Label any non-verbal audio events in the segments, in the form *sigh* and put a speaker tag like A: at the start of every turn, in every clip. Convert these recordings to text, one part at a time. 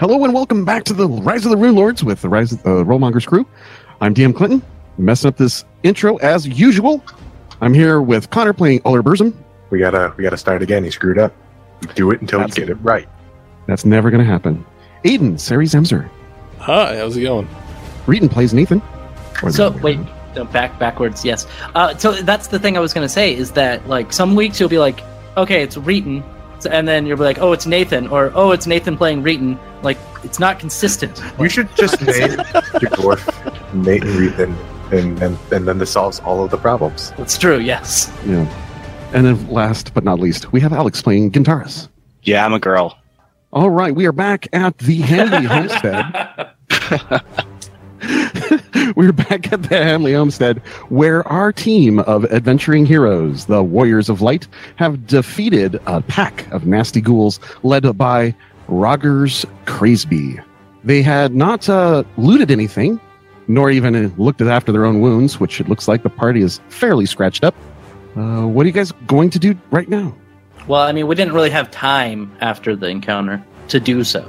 A: Hello and welcome back to the Rise of the Rune Lords with the Rise of the Rollmongers crew. I'm DM Clinton, messing up this intro as usual. I'm here with Connor playing Uller Burzum.
B: We gotta we gotta start again. He screwed up. Do it until
A: Absolutely.
B: you get it right.
A: That's never going to happen. Aiden, Sari Zemser.
C: Hi, how's it going? *laughs*
A: Reeton plays Nathan. Or the
D: So
A: other way
D: wait,
A: around.
D: no, back backwards. Yes. Uh, so that's the thing I was gonna say is that like some weeks you'll be like, okay, it's Reeton, so- and then you'll be like, oh, it's Nathan, or oh, it's Nathan playing Reeton. Like it's not consistent.
B: You should
A: *laughs*
B: just name your dwarf Nate and Reed, and and, and and then this solves all of the problems.
D: It's true. Yes.
A: Yeah. And then last but not least, we have Alex playing Gintaris.
E: Yeah, I'm a girl.
A: All right, we are back at the
D: *laughs*
A: Hanley Homestead. *laughs* We're back at the Hanley Homestead, where our team of adventuring heroes, the Warriors of Light, have defeated a pack of nasty ghouls led by Rogers Cranesby. They had not uh, looted anything, nor even uh, looked after their own wounds, which it looks like the party is fairly scratched up. Uh, what are you guys going to do right now?
D: Well, I mean, we didn't really have time after the encounter to do so.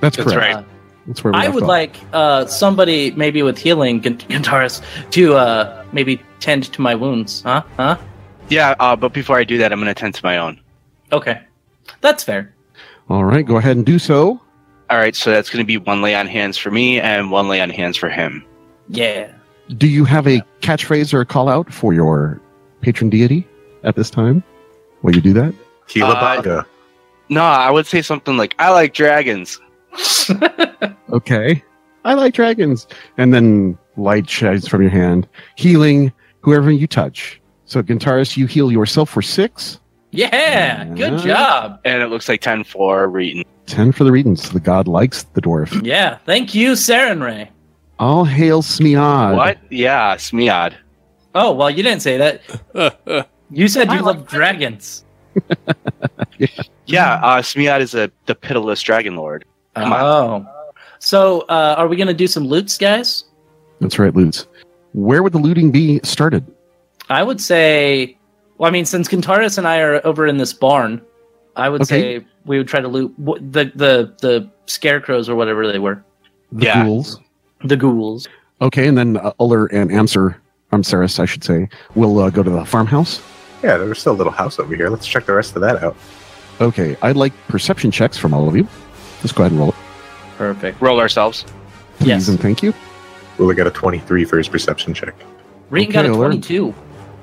A: That's
E: That's
A: correct.
E: right.
D: Uh,
A: That's where we
D: I
A: left
D: would
A: off.
D: like uh, somebody maybe with healing, Gan- Gantaris, to uh, maybe tend to my wounds. Huh? Huh?
E: Yeah, uh, but before I do that, I'm going to tend to my own.
D: Okay, that's fair.
A: All right, go ahead and do so.
E: All right, so that's going to be one lay on hands for me and one lay on hands for him.
D: Yeah.
A: Do you have a catchphrase or a call out for your patron deity at this time? Will you do that?
B: Kilabaga.
A: Uh,
E: No, I would say something like, I like dragons.
A: Okay. I like dragons. And then light shines from your hand, healing whoever you touch. So, Gintaris, you heal yourself for six,
D: Yeah. Good
A: Mhm.
D: job.
E: And it looks like 10 for Reeton.
A: ten for the Redens. The god likes the dwarf.
D: Yeah, thank you, Saren Ray.
A: All hail Smeod.
E: What? Yeah, Smeod.
D: Oh, well, you didn't say that.
C: Uh,
D: You said you love dragons.
E: Yeah, uh, Smeod is a, the pitiless dragon lord. Come
D: Oh. So, uh, are we going to do some loots, guys?
A: That's right, Lutz. Where would the looting be started?
D: I would say, well, I mean, since Kintaris and I are over in this barn, I would
A: Okay.
D: say we would try to loot wh- the, the, the scarecrows or whatever they were,
A: The
E: Yeah.
A: ghouls.
D: the ghouls.
A: Okay, and then uh, Uller and Amser, Amsaris, I should say, will uh, go to the farmhouse.
B: Yeah, there was still a little house over here. Let's check the rest of that out.
A: Okay, I'd like perception checks from all of you. Just go ahead and roll it.
D: Perfect.
E: Roll ourselves.
A: Please
D: Yes.
A: and thank you.
B: Willa got a twenty-three for his perception check.
D: Reeton got a
A: Okay, Lord.
D: 22.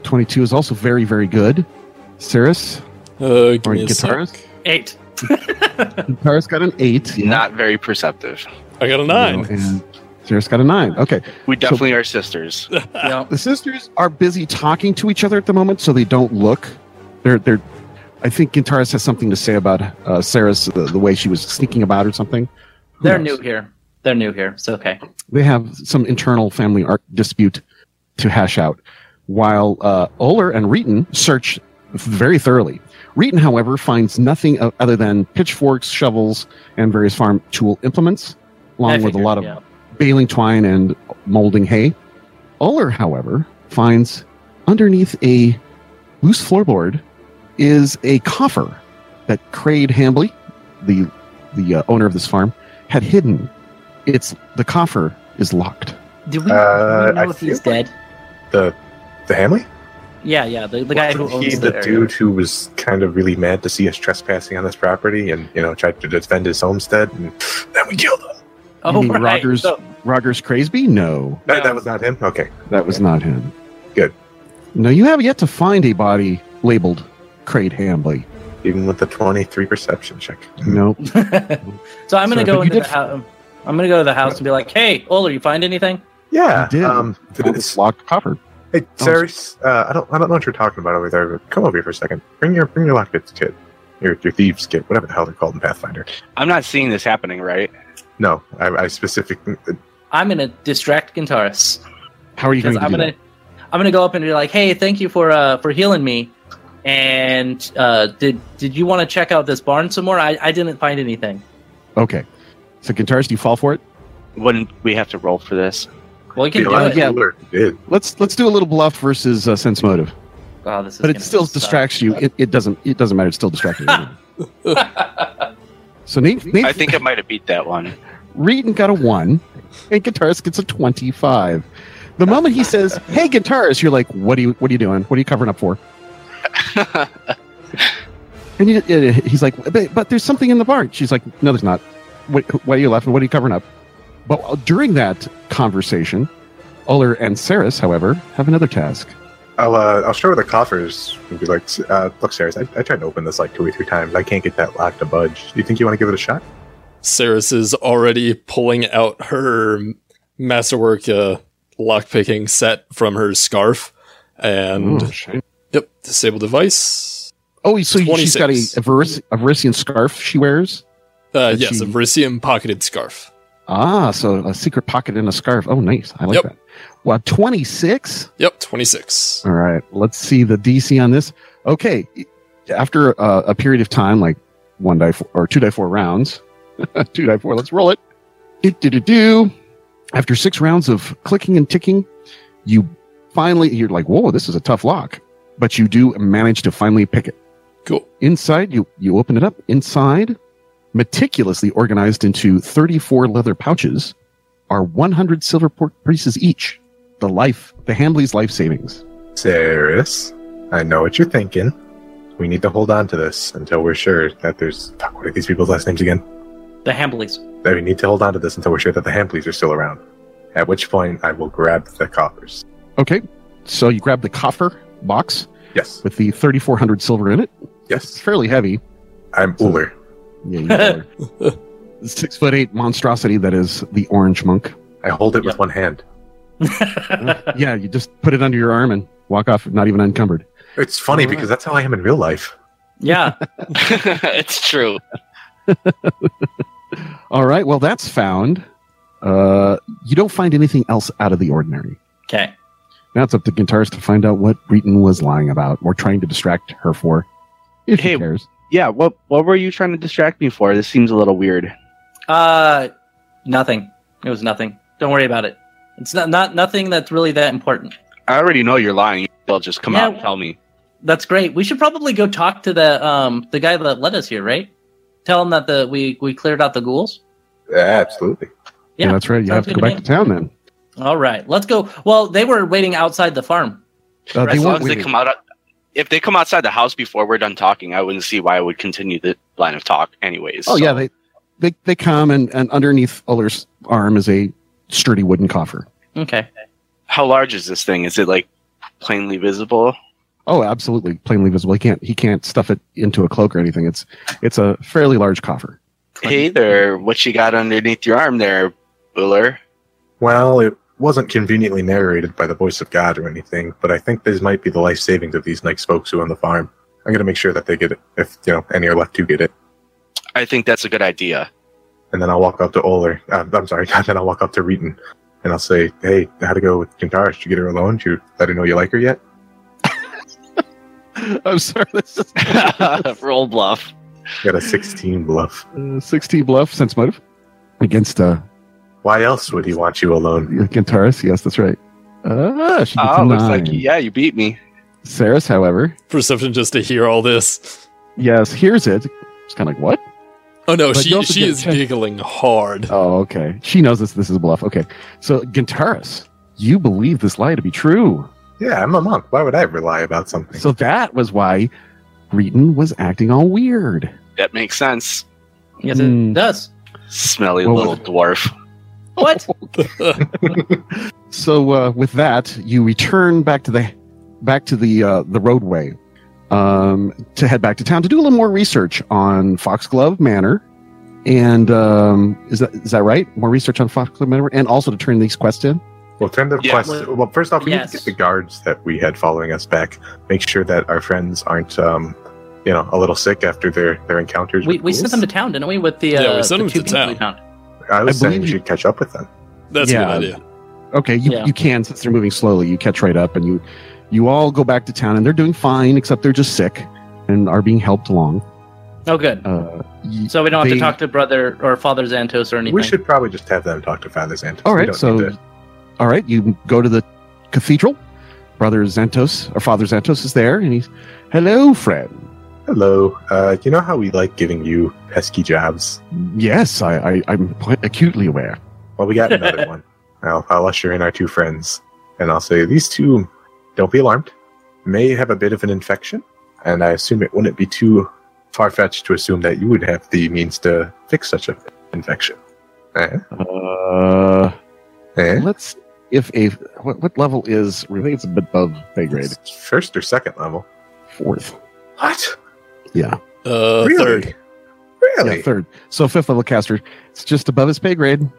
A: 22 is also very, very good. Saris,
C: Uh, give
A: Or
C: me a
A: guitarist?
C: sec.
D: Eight.
A: Saris got an 8. yeah.
E: Not very perceptive.
C: I got a
A: No,
C: nine.
A: and Saris got a 9. Okay.
E: We definitely are sisters.
D: Yeah.
A: The sisters are busy talking to each other at the moment, so they don't look. They're, they're, I think Gintaris has something to say about uh, Saris, the, the way she was sneaking about or something. Who
D: They're new
A: knows?
D: here. They're new here. It's okay.
A: They have some internal family art dispute to hash out, while uh, Oler and Reeton search very thoroughly. Reeton, however, finds nothing o- other than pitchforks, shovels, and various farm tool implements,
D: I
A: along with a
D: figured,
A: lot of
D: yeah.
A: baling twine and molding hay. Uller, however, finds underneath a loose floorboard is a coffer that Crade Hambly, the the uh, owner of this farm, had hidden. It's the coffer is locked.
D: Do we,
B: Uh,
D: do we
B: I
D: know if he's
B: feel
D: dead?
B: The the Hamley?
D: Yeah, yeah. The, the guy who
B: Wasn't he
D: owns
B: the
D: the, area.
B: dude who was kind of really mad to see us trespassing on this property and you know tried to defend his homestead and *sighs* then we killed him.
D: Oh,
A: mean
D: right.
A: Rogers?
D: So-
A: Rogers Cranesby? No,
B: That,
D: No.
B: that was not him. Okay,
A: that was not him.
B: Good.
A: No, you have yet to find a body labeled Crade Hambly.
B: even with the twenty-three perception check.
A: No,
D: so I'm gonna
A: Sorry,
D: go
A: but you
D: into the
A: did-
D: house. I'm gonna go to the house and be like, "Hey, Oler, you find anything?"
B: Yeah.
A: He did.
B: Um,
A: found this locked coffer.
B: Hey, Ceres, uh, I don't, I don't know what you're talking about over there, but come over here for a second. Bring your, bring your lockpicks kit, your, your thieves kit, whatever the hell they're called in Pathfinder.
E: I'm not seeing this happening, right?
B: No, I, I specifically,
D: I'm gonna distract Gintaris
A: How are you going
D: because
A: to
D: I'm
A: do
D: gonna
A: that?
D: I'm gonna go up and be like, "Hey, thank you for uh, for healing me." And uh, did did you want to check out this barn some more? I, I didn't find anything.
A: Okay. So, Gintaris, do you fall for it?
E: Wouldn't we have to roll for this?
D: Well, you
B: you
D: can
B: know,
D: do
B: I
D: it.
A: yeah.
B: alert did.
A: Let's let's do a little bluff versus uh, sense motive,
D: Oh, this is
A: but it
D: gonna
A: still
D: suck. *laughs*
A: distracts you. It, it doesn't it doesn't matter. It's still distracting. you. So Nate, Nate
E: I think I might have beat that one.
A: Reeton got a one, and guitarist gets a twenty-five. The moment he says, "Hey, guitarist," you're like, "What are you? What are you doing? What are you covering up for?" And you, and he's like, but, "But there's something in the bar." She's like, "No, there's not. What, why are you laughing? What are you covering up?" But during that conversation, Uller and Saris, however, have another task.
B: I'll uh, I'll show her the coffers and be like, "S- uh, "Look, Sarah, I, I tried to open this like two or three times. I can't get that lock to budge. Do you think you want to give it a shot?"
C: Saris is already pulling out her masterwork uh, lockpicking set from her scarf. And
A: Ooh, shiny.
C: yep, disable device.
A: oh, so she's got a,
C: 26.
A: Avaris, Avarisian scarf she wears.
C: Uh,
A: Did
C: yes,
A: she-
C: a Vrisium pocketed scarf.
A: Ah, so a secret pocket in a scarf. Oh, nice. I like
C: Yep.
A: that. Well, 26.
C: Yep, 26.
A: All right. Let's see the DC on this. Okay. After uh, a period of time, like one die four, or two die four rounds, *laughs* two die four, let's roll it. Do, do, do, do. After six rounds of clicking and ticking, you finally, you're like, whoa, this is a tough lock. But you do manage to finally pick it.
C: Cool.
A: Inside, you, you open it up. Inside, meticulously organized into 34 leather pouches, are 100 silver pork pieces each. The life, the Hamley's life savings.
B: Saris, I know what you're thinking. We need to hold on to this until we're sure that there's. Fuck, what are these people's last names again?
A: *laughs*
D: The Hambleys.
B: That we need to hold on to this until we're sure that the Hampleys are still around. At which point, I will grab the coffers.
A: Okay, so you grab the coffer box
B: Yes,
A: with the 3,400 silver in it. It's
B: yes.
A: fairly heavy.
B: I'm Uller.
A: Yeah, you are. Six foot eight monstrosity that is the orange monk.
B: I hold it
D: Yeah.
B: with one hand.
A: yeah, you just put it under your arm and walk off, not even encumbered.
B: It's funny
A: Alright.
B: because that's how I am in real life.
D: *laughs* yeah.
E: it's true.
A: All right, well, that's found. Uh, you don't find anything else out of the ordinary.
D: Okay.
A: Now it's up to Gintaris to find out what Reeton was lying about or trying to distract her for. If she
E: Hey.
A: cares.
E: Yeah. What What were you trying to distract me for? This seems a little weird.
D: Uh, nothing. It was nothing. Don't worry about it. It's not not nothing that's really that important.
E: I already know you're lying. They'll just come
D: Yeah,
E: out and tell me.
D: That's great. We should probably go talk to the um the guy that led us here, right? Tell him that the we we cleared out the ghouls.
B: Absolutely.
A: Yeah,
D: Yeah,
A: that's right. You have to
D: sounds good
A: go
D: to
A: back
D: me.
A: to town then.
D: All right, let's go. Well, they were waiting outside the farm.
A: Uh,
E: as long as they
A: waiting.
E: come out, if they come outside the house before we're done talking, I wouldn't see why I would continue the line of talk, anyways.
A: Oh
E: so-
A: yeah, they they they come and, and underneath Uller's arm is a sturdy wooden coffer.
D: Okay.
E: How large is this thing? Is it like plainly visible?
A: Oh, absolutely, plainly visible. He can't he can't stuff it into a cloak or anything. It's it's a fairly large
E: *laughs*
A: coffer.
E: Hey there, what you got underneath your arm there, Buller?
B: Well, it wasn't conveniently narrated by the voice of God or anything, but I think this might be the life savings of these nice folks who own the farm. I'm gonna make sure that they get it if you know any are left to get it,
E: I think that's a
A: *laughs*
E: good idea.
B: and then I'll walk up to Oler. Uh, I'm sorry, *laughs* then I'll walk up to Reeton, and I'll say, "Hey, how'd it go with Kintara? Did you get her alone? Did you let her know you like her yet?"
A: I'm sorry, that's just
E: Roll bluff.
B: Got a 16 bluff.
A: uh, sixteen bluff sense motive against uh
B: Why else would he want you alone?
A: Gintaris. Yes, that's right. Uh, she gets
E: Oh,
A: a
E: looks like
A: nine.
E: yeah, you beat me.
A: Saris, however,
C: Perception just to hear all this.
A: yes, hears it. It's kind of like what?
C: Oh no,
A: But you
C: she
A: also
C: she
A: get-
C: is giggling hard.
A: Oh, okay. She knows this. This is a bluff. Okay. So, Gintaris, you believe this lie to be true.
B: Yeah, I'm a monk. Why would I ever lie about something?
A: So that was why Reeton was acting all weird.
E: That makes sense.
D: Yes, it
A: Hmm.
D: does.
E: Smelly
A: Well,
E: little dwarf.
C: *laughs*
D: What?
A: So uh, with that, you return back to the back to the uh, the roadway um, to head back to town to do a little more research on Foxglove Manor. And um, is that is that right? More research on Foxglove Manor, and also to turn these quests in.
B: Well, turn the
E: Yeah.
B: quest.
D: Well,
B: Well, first off, we need
D: yes.
B: to get the guards that we had following us back. Make sure that our friends aren't, um, you know, a little sick after their their encounters.
D: We,
B: with
D: we sent
B: ghouls.
D: them to town, didn't we? With the uh,
C: Yeah, we sent them
D: the two
C: to
D: people we
C: town.
D: found.
B: I was
A: I
B: saying
A: believe
B: we
A: you-
B: should catch up with them.
C: That's
A: Yeah.
C: a good idea.
A: Okay, you,
D: Yeah.
A: you can since they're moving slowly. You catch right up, and you you all go back to town, and they're doing fine, except they're just sick and are being helped along.
D: Oh, good.
A: Uh, y-
D: So we don't have
A: they-
D: to talk to brother or father Xantos or anything.
B: We should probably just have them talk to Father Santos.
A: All
B: We
A: right,
B: don't
A: so
B: need to-
A: all right, you go to the cathedral. Brother Xantos or Father Xantos is there, and he's hello, friend.
B: Hello. Uh, you know how we like giving you pesky jobs?
A: Yes, I, I, I'm quite acutely aware.
B: Well, we
C: *laughs*
B: got another one. I'll, I'll usher in our two friends, and I'll say these two. Don't be alarmed. May have a bit of an infection, and I assume it wouldn't be too far fetched to assume that you would have the means to fix such an infection. Eh?
A: Uh,
B: Eh?
A: let's if a what, what level is I think it's above pay grade
B: It's First or second level?
A: fourth.
B: What?
A: Yeah,
C: Uh,
B: really?
C: Third,
B: Really?
A: yeah, third. So fifth level caster. It's just above his pay grade.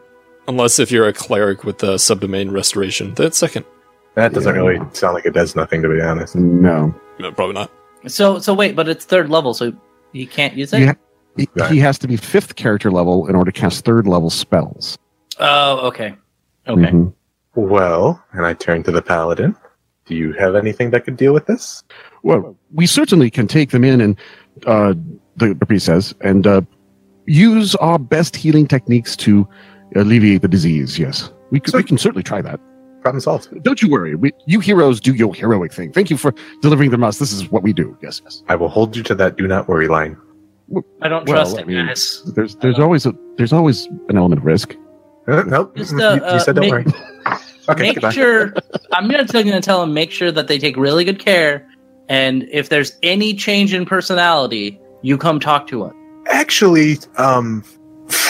C: unless if you're a cleric with the subdomain restoration, that's second.
B: That doesn't
A: Yeah.
B: really sound like it does nothing, to be honest.
A: No,
C: No, probably not.
D: So so wait, but it's third level, so you can't use it.
A: Yeah. he,
B: Right.
A: he has to be fifth character level in order to cast third level spells.
D: Oh, okay, okay.
A: Mhm.
B: Well, and I turn to the paladin. Do you have anything that could deal with this?
A: Well, we certainly can take them in and uh, the, the priest says and uh, use our best healing techniques to alleviate the disease. Yes, we, c-
B: So-
A: we can certainly try that.
B: Problem solved.
A: Don't you worry. We, you heroes do your heroic thing. Thank you for delivering them us. This is what we do. Yes, yes.
B: I will hold you to that do not worry line.
D: I don't
A: Well,
D: trust
A: I
D: it,
A: mean-
D: guys.
A: There's there's always a there's always an element of risk.
B: Uh, nope.
D: Just,
B: Mm,
D: uh,
B: you, you
D: uh,
B: said don't
D: make- *laughs*
B: worry. Okay,
D: make
B: goodbye.
D: sure I'm gonna tell, gonna tell them make sure that they take really good care, and if there's any change in personality, you come talk to us.
B: Actually, um,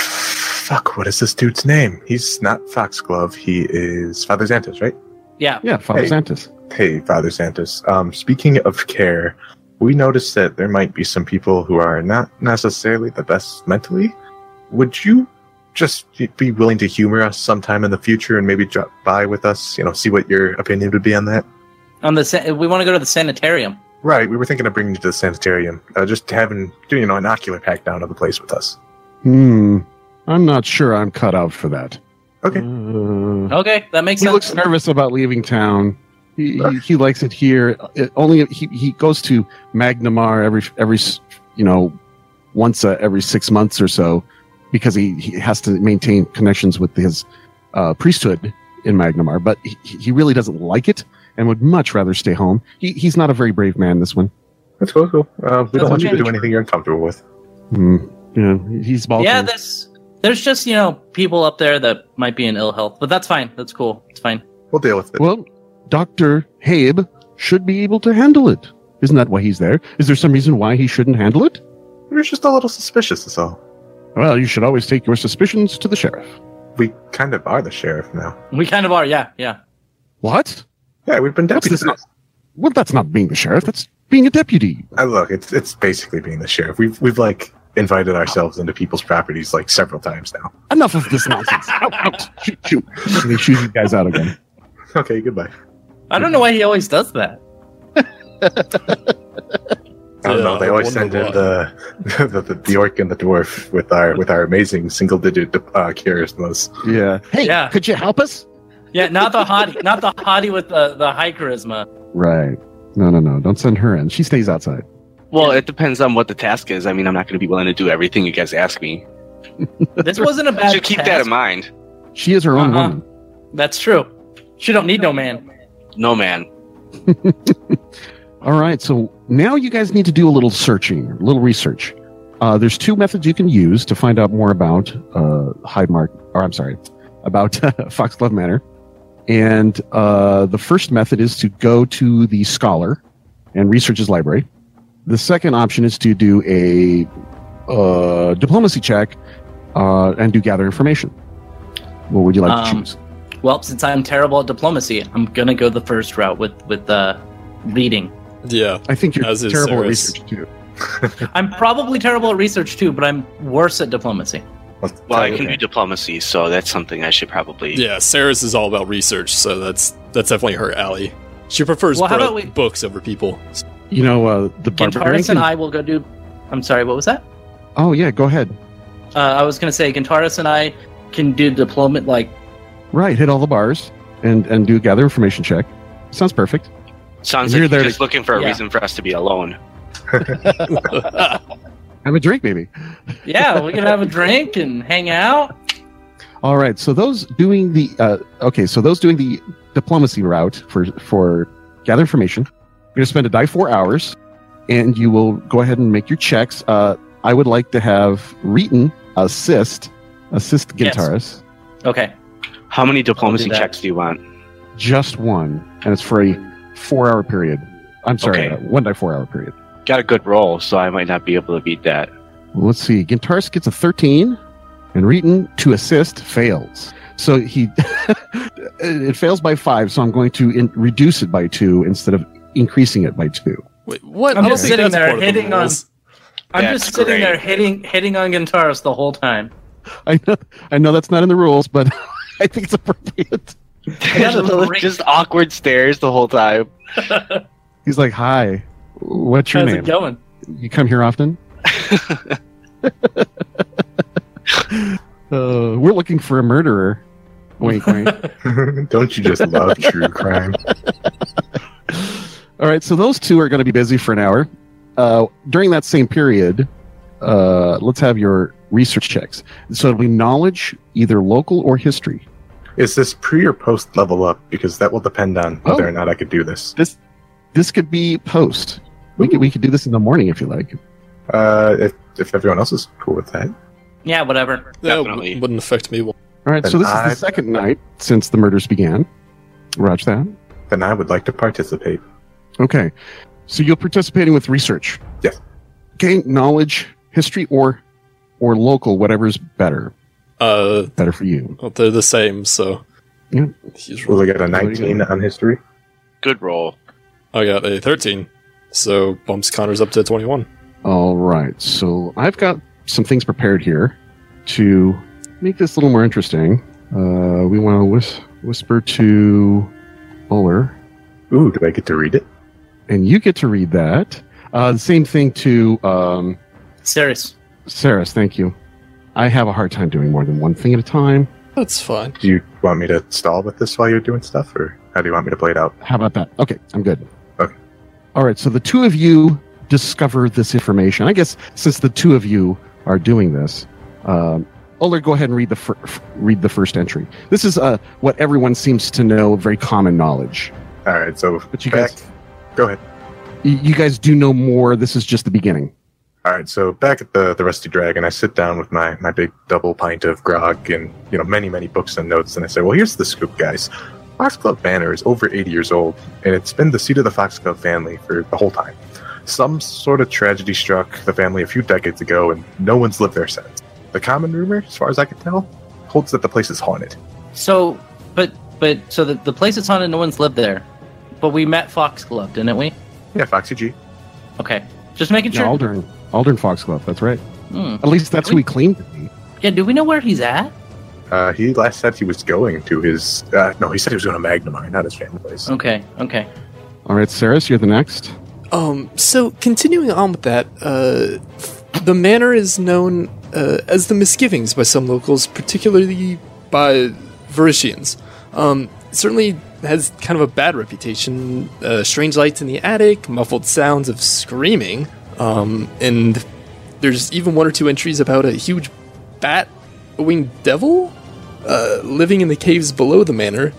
B: fuck, what is this dude's name? He's not Foxglove. He is Father Xantus, right?
D: Yeah,
A: Yeah, Father
B: Hey.
A: Santis.
B: Hey, Father Xantus. Um, speaking of care, we noticed that there might be some people who are not necessarily the best mentally. Would you just be willing to humor us sometime in the future and maybe drop by with us? You know, see what your opinion would be on that.
D: on the sa- we want to go to the sanitarium.
B: Right, we were thinking of bringing you to the sanitarium, uh, just having you know an ocular pack down to the place with us.
A: Hmm. I'm not sure I'm cut out for that.
B: Okay.
A: Uh,
D: Okay, that makes
A: he
D: sense.
A: looks nervous about leaving town. He, he, he likes it here. It only he, he goes to Magnamar every every s- you know once uh, every six months or so because he, he has to maintain connections with his uh, priesthood in Magnamar. But he, he really doesn't like it and would much rather stay home. He, he's not a very brave man. This one.
B: That's cool. cool. Uh, we
D: That's
B: don't want you to
D: okay.
B: do anything you're uncomfortable with.
A: Hmm. Yeah, he's Balkan.
D: Yeah, there's there's just you know people up there that might be in ill health, but that's fine. That's cool. It's fine.
B: We'll deal with it.
A: Well, Dr. Habe should be able to handle it. Isn't that why he's there? Is there some reason why he shouldn't handle it?
B: we were just a little suspicious, is all.
A: Well, you should always take your suspicions to the sheriff.
B: We kind of are the sheriff now.
D: We kind of are. Yeah, yeah.
A: What?
B: Yeah, we've been
A: What's
B: deputies.
A: this Well, that's not being the sheriff. That's being a deputy.
B: I Uh, look, it's it's basically being the sheriff. We've we've like invited ourselves into people's properties like several times now.
A: Enough of this nonsense. *laughs* out, out. Shoot, shoot. And they shoot you guys out again.
B: Okay, goodbye.
D: I don't know why he always does that.
B: I don't
C: Yeah,
B: know. They
C: I
B: always send
C: wonder
B: in
C: why.
B: the the, *laughs* the the orc and the dwarf with our with our amazing single digit uh, charismas.
A: Yeah. Hey,
D: Yeah.
A: could you help us?
D: Yeah, not the hottie, *laughs* not the hottie with the the high charisma.
A: Right. No, no, no. Don't send her in. She stays outside.
E: Well, it depends on what the task is. I mean, I'm not going to be willing to do everything you guys ask me.
D: This wasn't a bad.
E: So keep that
D: task.
E: in mind.
A: She is her own
D: Uh-huh.
A: woman.
D: That's true. She don't need no man.
E: No man.
A: All right, so now you guys need to do a little searching, a little research. Uh, there's two methods you can use to find out more about uh, Hidemark, or I'm sorry, about *laughs* Foxglove Manor. And uh, the first method is to go to the scholar and research his library. The second option is to do a uh, diplomacy check uh, and do gather information. What would you like to
D: Um,
A: choose?
D: Well, since I'm terrible at diplomacy, I'm gonna go the first route with with uh, reading.
C: Yeah,
A: I think you're
C: as is
A: terrible at
C: Sarah's.
A: research too.
D: I'm probably terrible at research too, but I'm worse at diplomacy.
B: Let's
E: Well, I
B: try
E: can
B: it.
E: do diplomacy, so that's something I should probably.
C: yeah. Sarah's is all about research, so that's that's definitely her alley. She prefers
D: Well, how
C: bro-
D: about we-
C: books over people.
A: You know, uh, the barbarian.
D: Gintaris and
A: can-
D: I will go do. I'm sorry, what was that?
A: oh yeah, go ahead.
D: Uh, I was gonna say Gintaris and I can do diplomat like
A: Right, hit all the bars and and do a gather information check. Sounds perfect.
E: Sounds
A: You're
E: like you're
A: there to-
E: just looking for a
D: Yeah.
E: reason for us to be alone.
A: Have a drink, maybe.
D: yeah, we can have a drink and hang out.
A: All right. So those doing the uh, okay, so those doing the diplomacy route for for gather information, you're gonna spend a die four hours, and you will go ahead and make your checks. Uh, I would like to have Reeton assist assist
D: Yes.
A: Gintaris.
D: Okay.
E: How many diplomacy
D: that.
E: checks do you want?
A: Just one, and it's for a four-hour period. I'm sorry,
E: Okay.
A: uh, one by four-hour period.
E: Got a good roll, so I might not be able to beat that.
A: Let's see. Gintaris gets a 13, and Reeton, to assist, fails. So he *laughs* it fails by five. So I'm going to in- reduce it by two instead of increasing it by two.
C: Wait, what?
D: I'm
C: I don't
D: just
C: think
D: sitting
C: that's
D: there
C: part of the
D: hitting on-
C: rules.
D: I'm
E: That's
D: just sitting
E: great.
D: there hitting hitting on Gintaris the whole time.
A: I know, I know that's not in the rules, but *laughs* I think it's appropriate.
D: *laughs* That's great.
E: *laughs* Just awkward stares the whole time.
A: He's like, "Hi, what's your
D: How's
A: name?
D: it going?
A: You come here
D: *laughs*
A: often?" *laughs* uh, we're looking for a murderer. Wink, wink.
B: *laughs* Don't you just love true crime?
A: *laughs* All right, so those two are going to be busy for an hour. Uh, during that same period, uh, let's have your research checks. So it'll be knowledge, either local or history.
B: Is this pre or post level up? Because that will depend on
A: Oh.
B: whether or not I could do this.
A: This could be post. We could, we could do this in the morning if you like.
B: Uh, if, if everyone else is cool with that.
D: Yeah, whatever.
C: That w-
E: Definitely.
C: wouldn't affect me.
A: All right, so
B: Then
A: this is
B: I-
A: the second night since the murders began. Roger that.
B: then I would like to participate.
A: Okay. So you're participating with research.
B: Yes.
A: Gain knowledge, history, or or local, whatever's better,
C: Uh,
A: better for you.
C: well, they're the same, so.
A: Yeah.
C: He's
B: Will I get a
A: do you
B: 19 on history?
E: Good roll.
C: I got a 13, so bumps Connor's up to 21.
A: All right. So I've got some things prepared here to make this a little more interesting. Uh, we want to whis- whisper to Uller,
B: Ooh, do I get to read it?
A: and you get to read that. Uh, the same thing to um,
D: Serious.
A: Saris. Thank you. I have a hard time doing more than one thing at a time.
C: That's fine.
B: Do you want me to stall with this while you're doing stuff, or how do you want me to play it out?
A: How about that? Okay, I'm good.
B: Okay.
A: All right, so the two of you discover this information. I guess since the two of you are doing this, um, Uller, go ahead and read the fir- f- read the first entry. This is uh, what everyone seems to know, very common knowledge.
B: All right, so
A: But you
B: back.
A: guys,
B: Go ahead.
A: y- you guys do know more. This is just the beginning.
B: All right, so back at the the Rusty Dragon, I sit down with my my big double pint of grog and you know many many books and notes, and I say, well, here's the scoop, guys. Fox Club Banner is over 80 years old, and it's been the seat of the Fox Club family for the whole time. Some sort of tragedy struck the family a few decades ago, and no one's lived there since. The common rumor, as far as I can tell, holds that the place is haunted.
D: So, but but so the the place it's haunted, no one's lived there. But we met Foxglove, didn't we?
B: Yeah, Foxy G.
D: Okay, just making
A: Yeah,
D: sure.
A: Aldern, Aldern Foxglove. That's right.
D: Hmm.
A: At least that's who he claimed to be.
D: Yeah, do we know where he's at?
B: Uh, he last said he was going to his. Uh, no, he said he was going to Magnemar, not his family place.
D: Okay, okay.
A: All right, Saris, you're the next.
C: Um, so continuing on with that, uh, the manor is known uh, as the Misgivings by some locals, particularly by Varishians. Um, it certainly has kind of a bad reputation. Uh, strange lights in the attic, muffled sounds of screaming, um, and there's even one or two entries about a huge bat winged devil uh, living in the caves below the manor.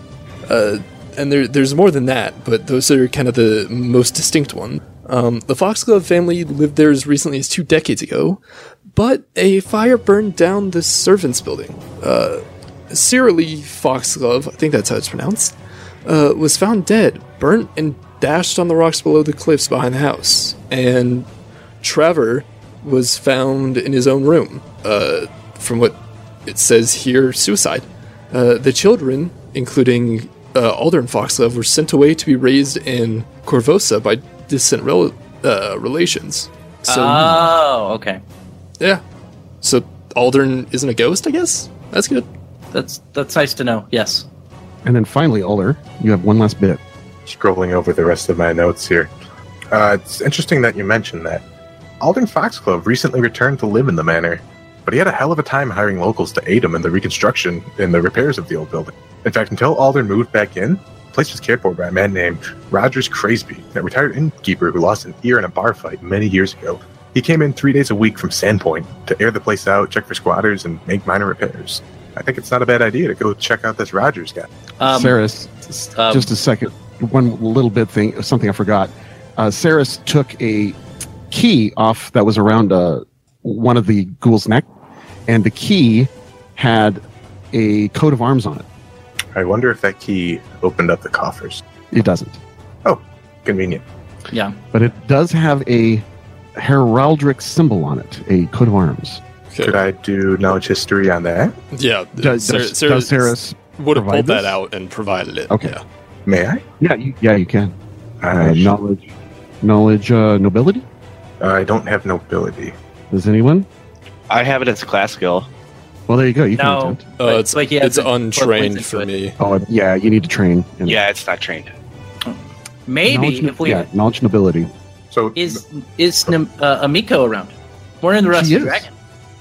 C: Uh, and there, there's more than that, but those are kind of the most distinct one. Um, the Foxglove family lived there as recently as two decades ago, but a fire burned down the servants' building. Uh, Cyrilie Foxglove, I think that's how it's pronounced, uh, was found dead, burnt, and dashed on the rocks below the cliffs behind the house. And Trevor was found in his own room. Uh, from what it says here, suicide. Uh, the children, including uh, Alder and Foxglove, were sent away to be raised in Corvosa by distant rel- uh, relations. So,
D: oh, okay.
C: yeah. So Aldern isn't a ghost, I guess? That's good.
D: That's that's nice to know. Yes.
A: And then finally, Uller, you have one last bit.
B: scrolling over the rest of my notes here. Uh, it's interesting that you mentioned that. Alden Foxglove recently returned to live in the manor, but he had a hell of a time hiring locals to aid him in the reconstruction and the repairs of the old building. In fact, until Alden moved back in, the place was cared for by a man named Rogers Craisby, a retired innkeeper who lost an ear in a bar fight many years ago. He came in three days a week from Sandpoint to air the place out, check for squatters, and make minor repairs. I think it's not a bad idea to go check out this Rogers guy.
D: Um,
A: Saris,
D: s- um,
A: just a second. One little bit thing, something I forgot. Uh, Saris took a key off that was around uh, one of the ghoul's neck, and the key had a coat of arms on it.
B: I wonder if that key opened up the coffers.
A: It doesn't,
B: Convenient.
D: Yeah.
A: but it does have a heraldic symbol on it, a coat of arms.
C: Okay.
B: Could I do knowledge history on that?
C: yeah.
A: Does,
C: Sarah,
A: does, does Sarah's-
C: would have
A: provide
C: pulled that
A: this?
C: out and provided it.
A: Okay.
C: Yeah.
B: May I?
A: Yeah, you, yeah, you can.
B: I,
A: Uh, knowledge, knowledge, uh, nobility.
B: I don't have nobility.
A: Does anyone?
E: I have it as a class skill.
A: Well, there you go. You can
D: No.
A: attempt.
C: Uh,
D: Like-
C: it's
D: like he
C: it's
D: has it-
C: untrained
D: points
C: for
D: into
C: me.
A: Oh, yeah. You need to train. And
E: Yeah, it's not trained.
A: knowledge
D: Maybe
A: no-
D: if we
A: yeah, knowledge nobility.
B: So
D: is is Nam- uh, Amiko around? We're in the Rusty
A: She is.
D: Dragon.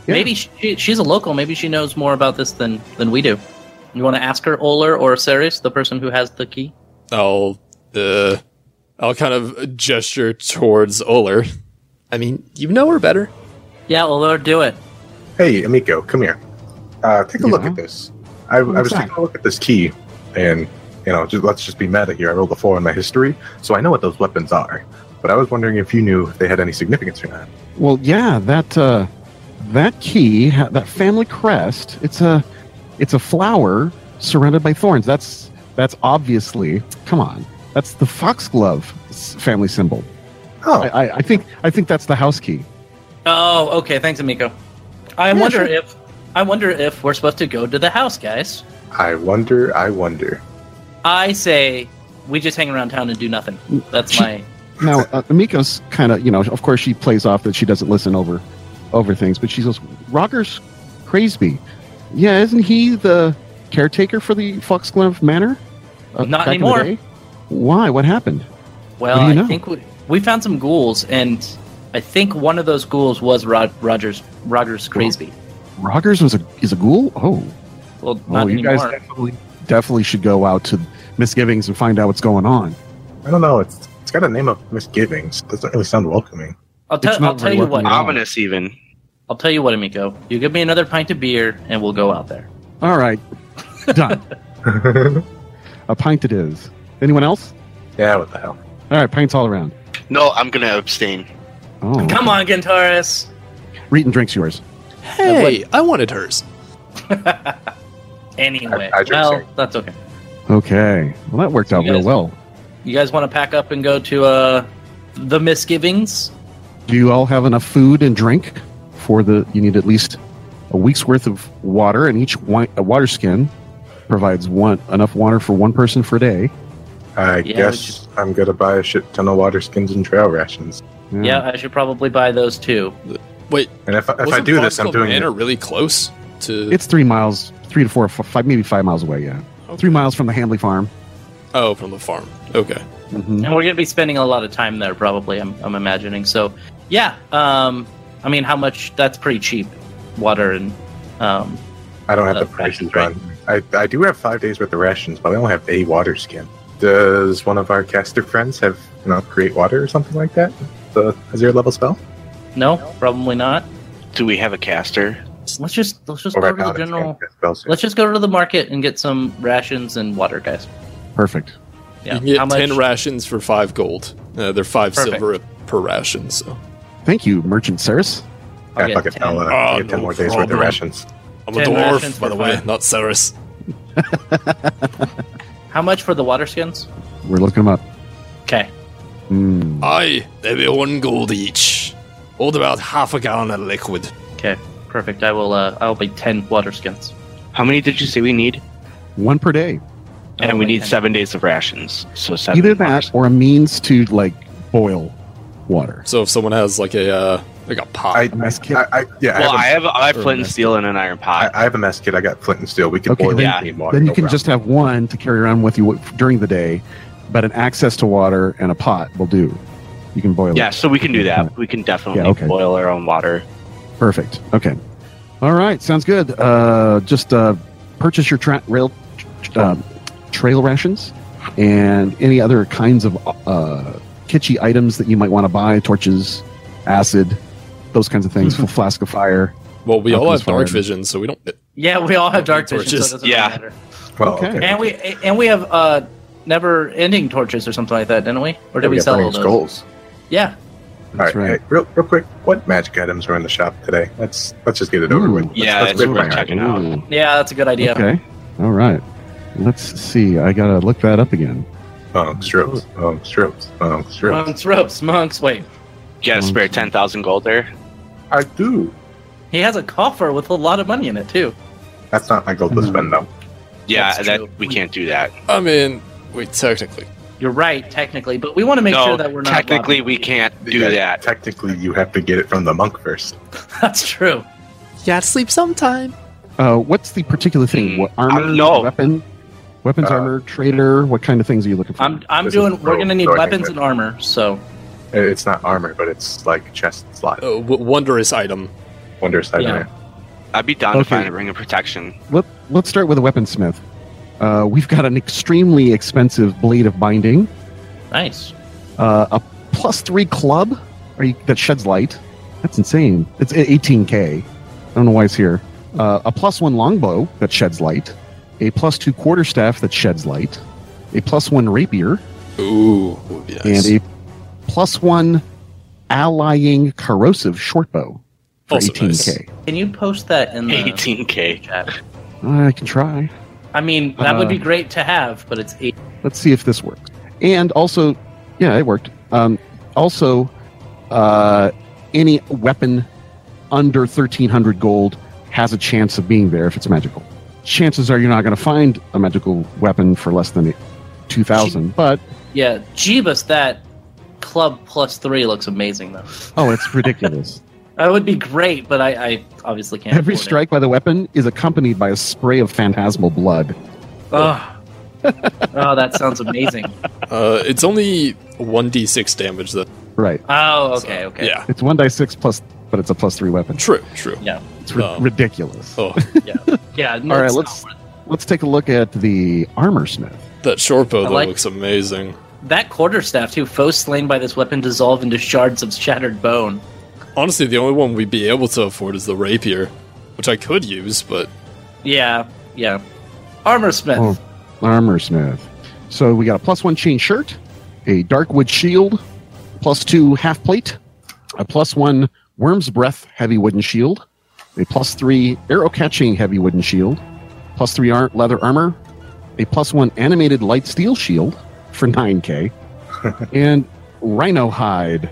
A: Yeah.
D: Maybe she, she's a local. Maybe she knows more about this than than we do. You want to ask her, Oler or Ceres, the person who has the key?
C: I'll uh, I'll kind of gesture towards Oler. I mean, you know her better.
D: Yeah, Oler, do it.
B: Hey, Amico, come here. Uh, take a look
A: Yeah.
B: at this. I, I
A: What's
B: was
A: that?
B: taking a look at this key, and you know, just, let's just be meta here. I rolled a four on my history, so I know what those weapons are. But I was wondering if you knew if they had any significance or not.
A: Well, yeah, that uh, that key, ha- that family crest. It's a it's a flower surrounded by thorns. That's that's obviously. Come on, that's the foxglove s- family symbol.
B: Oh,
A: I, I, I think I think that's the house key.
D: Oh, okay. Thanks, Amiko. I
A: Yeah,
D: wonder
A: sure.
D: if I wonder if we're supposed to go to the house, guys.
B: I wonder. I wonder.
D: I say we just hang around town and do nothing. That's
A: She-
D: my
A: Now, uh, Amiko's kind of you know, of course, she plays off that she doesn't listen over over things, but she goes, "Roger's crazy. Yeah, isn't he the caretaker for the Foxglove Manor? Uh,
D: Not
A: back in the
D: anymore.
A: day? Why? What happened?
D: well.
A: What do you
D: I
A: know?
D: think we, we found some ghouls, and I think one of those ghouls was Rod, Rogers Rogers Crazy.
A: Rogers was a is a ghoul. Oh,
D: Well,
A: oh,
D: not
A: you
D: anymore.
A: guys definitely definitely should go out to misgivings and find out what's going on.
B: I don't know. It's it's got a name of misgivings. Doesn't really sound welcoming. *laughs*
D: I'll, tell
A: It's not
D: I'll tell
A: very
D: you
A: welcoming
D: what.
A: at all.
E: Ominous, even.
D: I'll tell you what, Amico. You give me another pint of beer, and we'll go out there.
A: All right, *laughs* done. a pint it is. Anyone else?
B: yeah, what the hell?
A: All right, pints all around.
E: No, I'm gonna abstain.
A: Oh,
D: Come on, Gentaurus.
A: Reeton drinks yours.
C: Hey, I wanted hers.
D: Anyway,
B: I- I drink
D: well,
B: sake.
D: that's okay.
A: Okay, well that worked out
D: You
A: real
D: guys-
A: well.
D: You guys want to pack up and go to uh, the Misgivings?
A: Do you all have enough food and drink for the? You need at least a week's worth of water, and each wi- a water skin provides one enough water for one person for a day.
B: I
D: we
B: guess I'm gonna buy a shit ton of water skins and trail rations.
D: Yeah, I should probably buy those too.
C: Wait,
B: And if, I- if I
C: wasn't
B: do this, I'm
C: Foxglove
B: doing
C: Manor
B: it.
C: really close to.
A: it's three miles, three to four, f- five, maybe five miles away. Yeah, three miles from the Hamley farm.
C: oh, from the farm. Okay.
A: Mm-hmm.
D: And *laughs* we're going to be spending a lot of time there, probably, I'm, I'm imagining. So, yeah. Um, I mean, how much? That's pretty cheap. Water and. Um,
B: I don't have
D: Uh,
B: the prices
D: rations,
B: on. I, I do have five days worth of rations, but I only have a water skin. Does one of our caster friends have you know create water or something like that? The a zero level spell?
D: no, probably not.
E: Do we have a caster?
D: Let's just let's just
B: Or
D: go
B: I
D: to the
B: found it,
D: general.
B: yeah, spells.
D: Let's just go to the market and get some rations and water, guys.
A: Perfect.
D: Yeah.
C: You can get
D: how much?
C: 10 rations for 5 gold. Uh, they're 5
D: Perfect.
C: silver per ration, so.
A: Thank you, Merchant Saris.
D: I'll
B: Yeah,
D: get
B: fuck it,
D: 10.
B: I'll, uh,
C: Oh,
B: I'll get ten
C: no
B: more days worth of
C: problem.
B: rations.
C: I'm a
D: 10 rations
C: dwarf, by the
D: for
C: way, *laughs*
D: five.
C: not Ceres.
D: How much for the water skins?
A: We're looking him up.
D: Okay.
A: Mm.
C: Aye, they be one gold each. Hold about half a gallon of liquid.
D: Okay. Perfect. I will. Uh, I'll be ten water skins.
E: How many did you say we need?
A: One per day.
E: And
D: Oh,
E: we
D: like
E: need
D: ten.
E: seven days of rations. So seven.
A: Either that or a means to like boil water.
C: So if someone has like a uh, like a pot,
B: I,
A: mess kit?
B: I, I yeah,
E: Well, I
B: I, have
E: have I have
C: or
E: flint and
C: mess.
E: steel and an iron
B: a, I,
E: pot.
B: I have a mess kit. I got flint and steel. We can
A: Okay,
B: boil
A: then-
B: it and clean water.
A: Then you
B: no
A: can
B: problem.
A: just have one to carry around with you during the day, but an access to water and a pot will do. You can boil
E: Yeah,
A: it.
E: so we can do that. We can definitely
A: Yeah, okay.
E: boil our own water.
A: Perfect. Okay. All right. Sounds good. Uh, just uh, purchase your tra- rail tr- uh, trail rations and any other kinds of uh, kitschy items that you might want to buy: torches, acid, those kinds of things. flask of fire.
C: well, we all
A: Oculus
C: have dark
A: Farm.
C: vision, so we don't.
D: Yeah, we all have
C: Oh,
D: dark
C: torches.
D: vision, so it doesn't
E: Yeah.
D: really matter.
B: well,
A: okay.
B: okay.
D: And we and we have uh, never-ending torches or something like that, didn't we? Or did
B: Yeah,
D: we,
B: got
D: sell
B: plenty
D: all
B: of
D: those?
B: skulls.
D: Yeah.
A: That's
B: All right,
A: right.
B: hey, real, real quick, what magic items are in the shop today? Let's let's just get it over
A: Ooh.
B: with. Let's-
E: Yeah,
B: let's
E: that's
B: break
E: what
B: my
E: we're
B: heart.
E: checking out.
A: Ooh,
D: Yeah, that's a good idea.
A: Okay. All right. Let's see. I gotta look that up again.
B: Monks, ropes, monks, ropes, monks, ropes.
D: Monks, ropes, monks. Wait,
E: You got a spare ten thousand gold there?
B: I do.
D: he has a coffer with a lot of money in it too.
B: That's not my
C: Hmm.
B: gold to spend though.
E: Yeah,
D: That's
E: that
D: true.
E: we can't do that.
C: I mean, wait, technically.
D: You're right, technically, but we want to make
E: no,
D: sure that we're not
E: technically we can't do
B: Because
E: that.
B: Technically, you have to get it from the monk first.
D: robbing. *laughs* That's true.
C: You gotta sleep sometime.
A: Uh, what's the particular thing?
E: Hmm,
A: What
E: I
A: armor?
E: don't know.
A: Weapon? Weapons,
B: Uh,
A: armor, trader? What kind of things are you looking for?
D: I'm I'm
B: This is
D: doing. We're gonna need
B: rogue, so I think
D: weapons
B: that-
D: and armor. So
B: Uh, It's not armor, but it's like chest slot.
C: Uh, w- wondrous item.
B: Wondrous side
D: Yeah.
B: iron.
E: I'd be down
A: Okay.
E: to find a ring of
D: *laughs*
E: protection.
A: Let, let's start with a weaponsmith. Uh, we've got an extremely expensive blade of binding,
D: nice.
A: uh, a plus three club are you, that sheds light. That's insane. It's 18k. I don't know why it's here. Uh, a plus one longbow that sheds light, a plus two quarterstaff that sheds light, a plus one rapier,
C: Ooh, would be nice.
A: and a plus one allying corrosive shortbow for
C: Also
A: 18k.
D: Can you post that in the
E: Eighteen K.
D: chat?
A: I can try.
D: I mean, that would
A: Uh,
D: be great to have, but it's eight.
A: Let's see if this works. And also, yeah, it worked. Um, also, uh, any weapon under 1300 gold has a chance of being there if it's magical. Chances are you're not going to find a magical weapon for less than 2000, but
D: Yeah, Jeebus, that club plus three looks amazing though.
A: oh, it's
C: *laughs*
A: ridiculous.
D: That would be great, but I, I obviously can't.
A: Every
D: afford it.
A: strike by the weapon is accompanied by a spray of phantasmal blood.
D: Oh. oh, that
A: *laughs*
D: sounds amazing.
C: Uh, it's only 1d6 damage, though.
A: Right.
D: Oh,
C: So,
D: okay, okay.
C: Yeah,
A: It's 1d6 plus, but it's a plus 3 weapon.
C: true, true.
A: It's ri-
C: Oh.
A: ridiculous.
C: Oh,
D: yeah.
A: All right,
D: it's
A: let's-
D: not worth
A: Let's take a look at the armor smith.
C: that shortbow,
D: I
C: though,
D: like-
C: looks amazing.
D: it. that quarterstaff too. Foes slain by this weapon dissolve into shards of shattered bone.
C: Honestly, the only one we'd be able to afford is the rapier, which I could use, but
D: Yeah, yeah. Armor smith.
A: Oh, armor smith. So we got a plus one chain shirt, a dark wood shield, plus two half plate, a plus one worm's breath heavy wooden shield, a plus three arrow catching heavy wooden shield, plus three ar- leather armor, a plus one animated light steel shield for 9k, and rhino hide,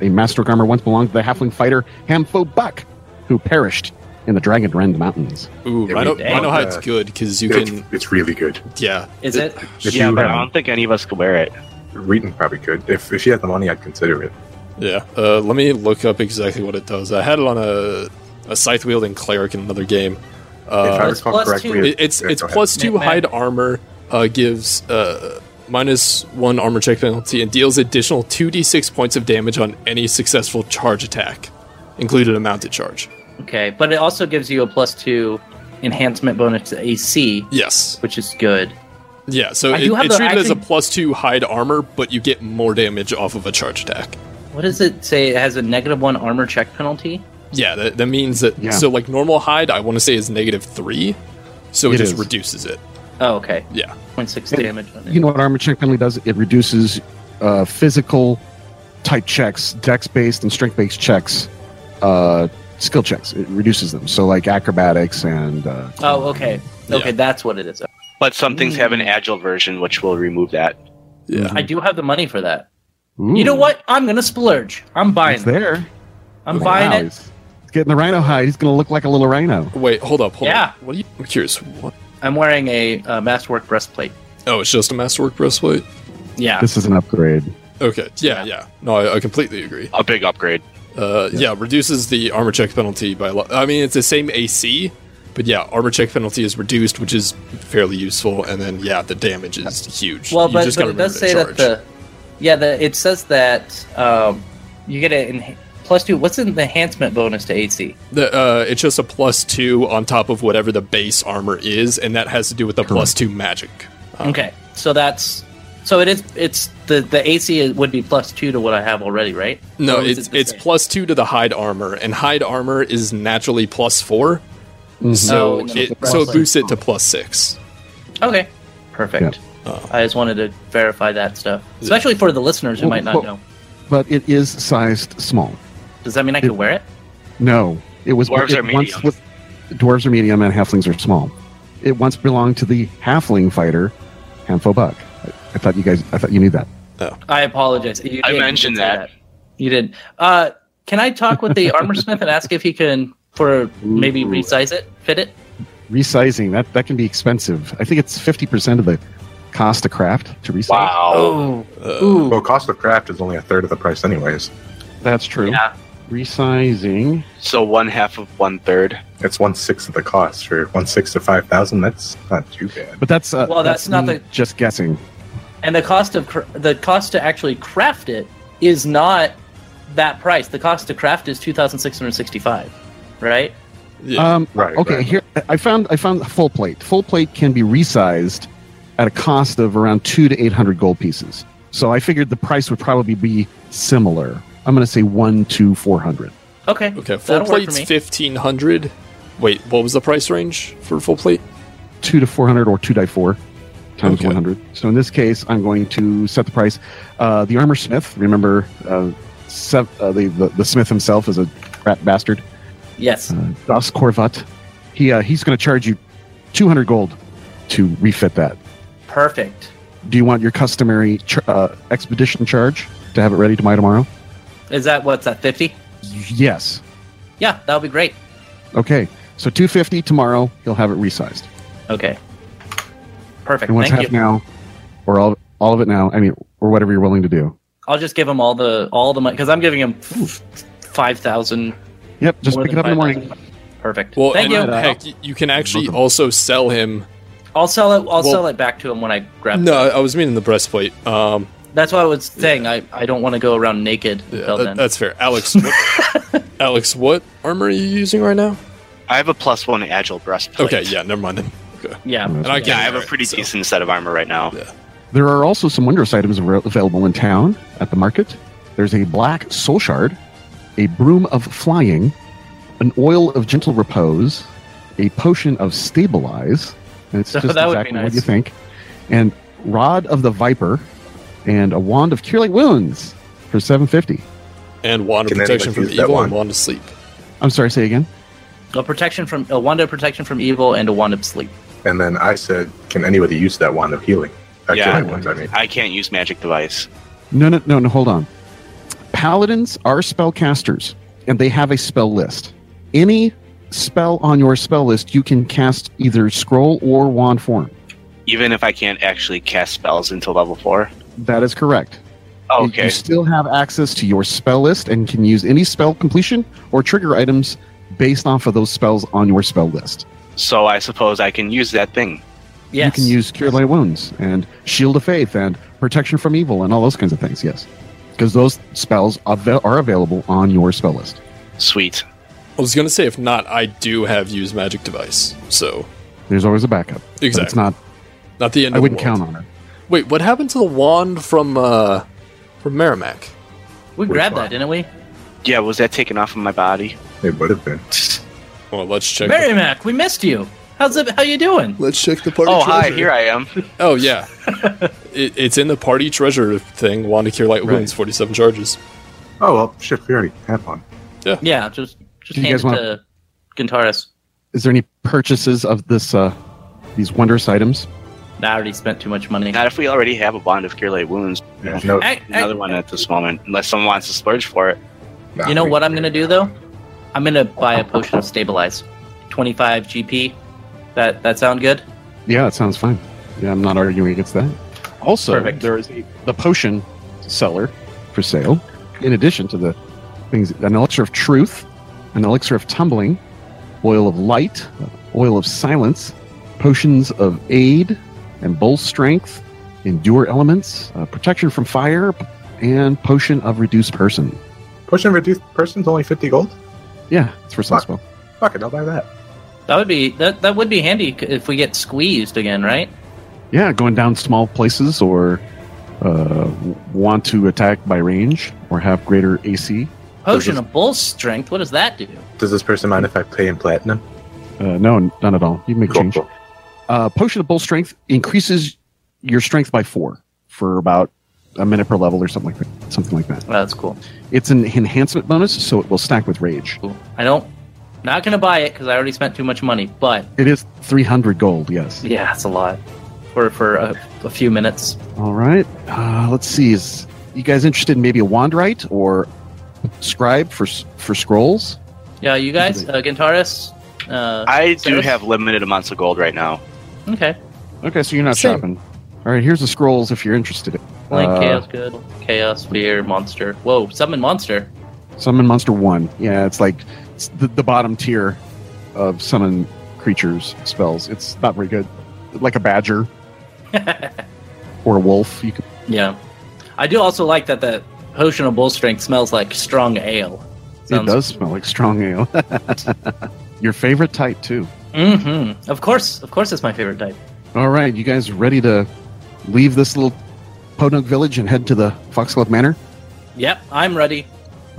A: a master armor once belonged to the halfling fighter Hamfo Buck, who perished in the Dragon Rend Mountains.
C: ooh,
B: Yeah,
C: Rhino,
D: we-
C: Rhino
B: uh,
C: Hide's good because you
B: It's,
C: can,
B: it's really good.
C: yeah.
D: Is it?
B: If
E: Yeah,
B: you,
E: but I
B: um,
E: don't think any of us could wear it.
B: Reeton probably could. If if she had the money, I'd consider it.
C: Yeah. Uh, let me look up exactly what it does. I had it on a, a scythe wielding cleric in another game.
B: if I
C: Uh,
D: it's
B: recall
D: plus
B: correctly,
D: two.
C: it- it's
B: yeah,
C: it's
B: go ahead.
C: plus two
D: Matt, Matt.
C: hide armor, uh, gives uh, minus one armor check penalty, and deals additional 2d6 points of damage on any successful charge attack, included a mounted charge.
D: Okay, but it also gives you a plus two enhancement bonus to AC,
C: Yes.
D: which is good.
C: Yeah, so
D: I
C: it,
D: do have
C: it's
D: the-
C: treated
D: I
C: as a
D: think-
C: plus two hide armor, but you get more damage off of a charge attack.
D: What does it say? It has a negative one armor check penalty.
C: Yeah, that, that means that.
A: Yeah.
C: So, like, normal hide, I want to say is negative three, so it,
A: It
C: just
A: is.
C: reduces it.
D: Oh, okay.
C: Yeah.
D: 0.6
A: And
D: damage. On it.
A: You know what armor check penalty does? It reduces uh, physical type checks, dex based and strength based checks, uh, skill checks. It reduces them. So like acrobatics and uh,
D: oh, okay. Okay,
C: Yeah.
D: that's what it is.
E: But some things have an
D: Mm.
E: agile version which will remove that.
C: Yeah.
D: I do have the money for that.
A: Ooh,
D: You know what? I'm gonna splurge. I'm buying.
A: It's
D: it.
A: there.
D: I'm buying it.
A: He's he's getting the rhino hide. He's gonna look like a little rhino.
C: Wait, hold up, hold
D: Yeah.
C: up. What are you? I'm curious. What?
D: I'm wearing a uh, masterwork breastplate.
C: Oh, it's just a masterwork breastplate.
D: Yeah.
A: This is an upgrade.
C: Okay. Yeah, yeah. No, I, I completely agree.
E: A big upgrade.
C: Uh, yeah. reduces the armor check penalty by. a lot. I mean, it's the same AC, but yeah, armor check penalty is reduced, which is fairly useful. And then yeah, the damage is huge.
D: Well,
C: You
D: but,
C: just
D: but
C: gotta
D: it does say
C: remember
D: that
C: to
D: the yeah, the it says that um, you get an enha- plus two. What's in the enhancement bonus to AC?
C: The, uh, it's just a plus two on top of whatever the base armor is, and that has to do with the plus two magic. Uh,
D: Okay, so that's so it is. It's the the AC is- would be plus two to what I have already, right?
C: No,
D: Or is
C: it's
D: it the
C: it's
D: same?
C: plus two to the hide armor, and hide armor is naturally plus four,
B: Mm-hmm.
D: Oh,
C: so
D: and then
C: it
D: it's
C: so
D: plus
C: it boosts it to plus six.
D: okay. Perfect.
A: Yeah.
C: Oh.
D: I just wanted to verify that stuff, especially for the listeners who
A: Well,
D: might not
A: well-
D: know.
A: but it is sized small.
D: Does that mean I can wear it?
A: No, it was
E: Dwarves
A: it
E: are
A: once
E: medium.
A: was- dwarves are medium and halflings are small. It once belonged to the halfling fighter, Hampho Buck. I, I thought you guys, I thought you knew that.
D: I apologize. You
E: I
D: did, you
E: mentioned
D: did say
E: that.
D: You did. Uh, can I talk with the armor smith and ask if he can, for maybe
A: Ooh.
D: resize it, fit it?
A: Resizing that that can be expensive. I think it's fifty percent of the cost of craft to resize.
E: Wow.
D: Oh,
C: Uh,
D: ooh.
B: Well, cost of craft is only a third of the price, anyways.
A: That's true.
E: Yeah.
A: Resizing.
E: So one half of one third.
B: It's one sixth of the cost for one sixth to five thousand. That's not too bad.
A: But that's uh,
D: Well, that's not
A: me
D: the-
A: just guessing.
D: And the cost of cr- the cost to actually craft it is not that price. The cost to craft is two thousand six hundred sixty-five, right?
C: yeah.
A: Um,
B: Right,
A: okay,
B: right.
A: here I found I found full plate. Full plate can be resized at a cost of around two to eight hundred gold pieces. So I figured the price would probably be similar. I'm going to say one to four hundred.
D: Okay.
C: okay, full
D: that'll work for
C: plate's
D: me.
C: fifteen hundred. Wait, what was the price range for full plate?
A: Two to four hundred, or two die four times
C: Okay.
A: one hundred. So in this case, I'm going to set the price. Uh, the armor smith, remember, uh, sev- uh, the, the the smith himself is a rat bastard. Uh,
D: Yes.
A: Das Corvat. He uh, he's going to charge you two hundred gold to refit that.
D: Perfect.
A: Do you want your customary ch- uh, expedition charge to have it ready to my tomorrow?
D: Is that what's that fifty?
A: Yes.
D: Yeah, that'll be great.
A: Okay. So 250 tomorrow, he'll have it resized.
D: Okay. Perfect.
A: And what's half
D: Thank you.
A: now, or all, all of it now, I mean, or whatever you're willing to do.
D: I'll just give him all the all the money because I'm giving him five thousand.
A: Yep. Just pick it up in the morning.
D: Perfect.
C: Well,
D: Thank you.
C: and uh, heck, y- you can actually also sell him.
D: I'll sell it. I'll
C: Well-
D: sell it back to him when I grab.
C: No, I was meaning the breastplate. Um,
D: That's what I was saying. I, I don't want to go around naked
C: yeah,
D: until
C: that-
D: then.
C: uh, that's fair. Alex, what,
D: *laughs*
C: Alex, what armor are you using right now?
E: I have a plus one agile breastplate.
C: Okay, yeah, never mind *laughs* then. Okay.
D: yeah.
A: And
C: I
E: Yeah, I have a
C: Alright,
E: pretty
C: so-
E: decent set of armor right now.
A: There are also some wondrous items av- available in town at the market. There's a black soul shard, a broom of flying, an oil of gentle repose, a potion of stabilize. And it's
D: So
A: just
D: *laughs* that would be
A: exactly what you
D: nice.
A: think. And rod of the viper, and a wand of cure like wounds for seven fifty.
C: And wand of
B: Can anybody
C: protection from
B: use that
C: evil
B: one?
C: and wand of sleep.
A: I'm sorry, say again.
D: A protection from a wand of protection from evil and a wand of sleep.
B: And then I said, "Can anybody use that wand of healing?" Uh,
E: Yeah.
B: healing wand, I mean,
E: I can't use magic device.
A: No, no, no, no. Hold on. Paladins are spellcasters, and they have a spell list. Any spell on your spell list, you can cast either scroll or wand form.
E: Even if I can't actually cast spells until level four.
A: That is correct. You- You
E: Okay.
A: still have access to your spell list and can use any spell completion or trigger items based off of those spells on your spell list.
E: So I suppose I can use that thing.
D: Yes.
A: You can use Cure Light Wounds and Shield of Faith and Protection from Evil and all those kinds of things, yes. Because those spells avail- are available on your spell list.
E: Sweet.
C: I was gonna say, if not, I do have used magic device, so
A: There's always a backup. But It's
C: Exactly.
A: not.
C: not the end.
A: I
C: of
A: wouldn't
C: the world.
A: count on it.
C: Wait, what happened to the wand from uh from Merrimack?
D: we
B: Which
D: grabbed
B: one?
D: that, didn't we?
E: Yeah, was that taken off of my body?
B: it would have been.
C: Well, Oh, let's check.
D: Mary Mac, we missed you. How's it? How you doing?
C: the, let's check the party.
E: Oh,
C: treasure.
E: hi, here I am.
C: Oh
D: *laughs*
C: yeah, it, it's in the party treasure thing. Wand to cure light wounds, forty-seven charges.
B: Oh well, shit, we already have one.
D: Yeah, just just
A: Do you
D: hand
A: guys
D: it to Gintaris.
A: Is there any purchases of this? Uh, these wondrous items.
D: Nah, I already spent too much money.
E: Not if we already have a bond of cure light wounds.
B: Yeah, no,
D: I- I-
E: Another one at this moment, unless someone wants to splurge for it.
B: nah,
D: you know
B: we-
D: what I'm gonna do though? I'm gonna buy a potion of stabilize, 25 GP. That that sound good?
A: Yeah, that sounds fine. Yeah, I'm not arguing against that. Also,
D: Perfect.
A: there is a, the potion seller for sale. In addition to the things, an elixir of truth, an elixir of tumbling, oil of light, oil of silence, potions of aid and bull strength, endure elements, uh, protection from fire, and potion of reduced person.
B: Potion of reduced person's only fifty gold.
A: Yeah, it's for some
B: Fuck.
A: spell.
B: Fuck it, I'll buy that.
D: That would be that that would be handy c- if we get squeezed again, right?
A: Yeah, going down small places or uh, w- want to attack by range or have greater AC.
D: Potion
B: Does
D: of bull strength. What does that do?
B: Does this person mind if I pay in platinum?
A: Uh, no, n- none at all. You can make a
B: Cool.
A: change. Uh, potion of bull strength increases your strength by four for about a minute per level or something like that. Something like that.
D: Well, that's cool.
A: It's an enhancement bonus, so it will stack with rage.
D: Cool. I don't. Not gonna buy it because I already spent too much money. But
A: It is 300 gold, yes.
D: yeah, that's a lot for for a, a few minutes.
A: All right. Uh, let's see. Is you guys interested in maybe a wandrite or scribe for s- for scrolls?
D: Yeah, you guys, uh, Gintaris. Uh,
E: I do
D: Cyrus?
E: have limited amounts of gold right now.
D: okay.
A: Okay, so you're not
C: Same.
A: shopping. All right, here's the scrolls if you're interested.
D: Link,
A: Uh,
D: chaos, good. Chaos, fear, monster. Whoa, summon monster.
A: Summon monster one. Yeah, it's like it's the, the bottom tier of summon creatures spells. It's not very good. Like a badger or a wolf. You could,
D: Yeah. I do also like that the potion of bull strength smells like strong ale.
A: it does smell like strong ale. *laughs* Your favorite type too.
D: Mm-hmm. Of course, of course, it's my favorite type.
A: All right, you guys ready to leave this little podunk village and head to the Foxglove Manor?
D: Yep, I'm ready.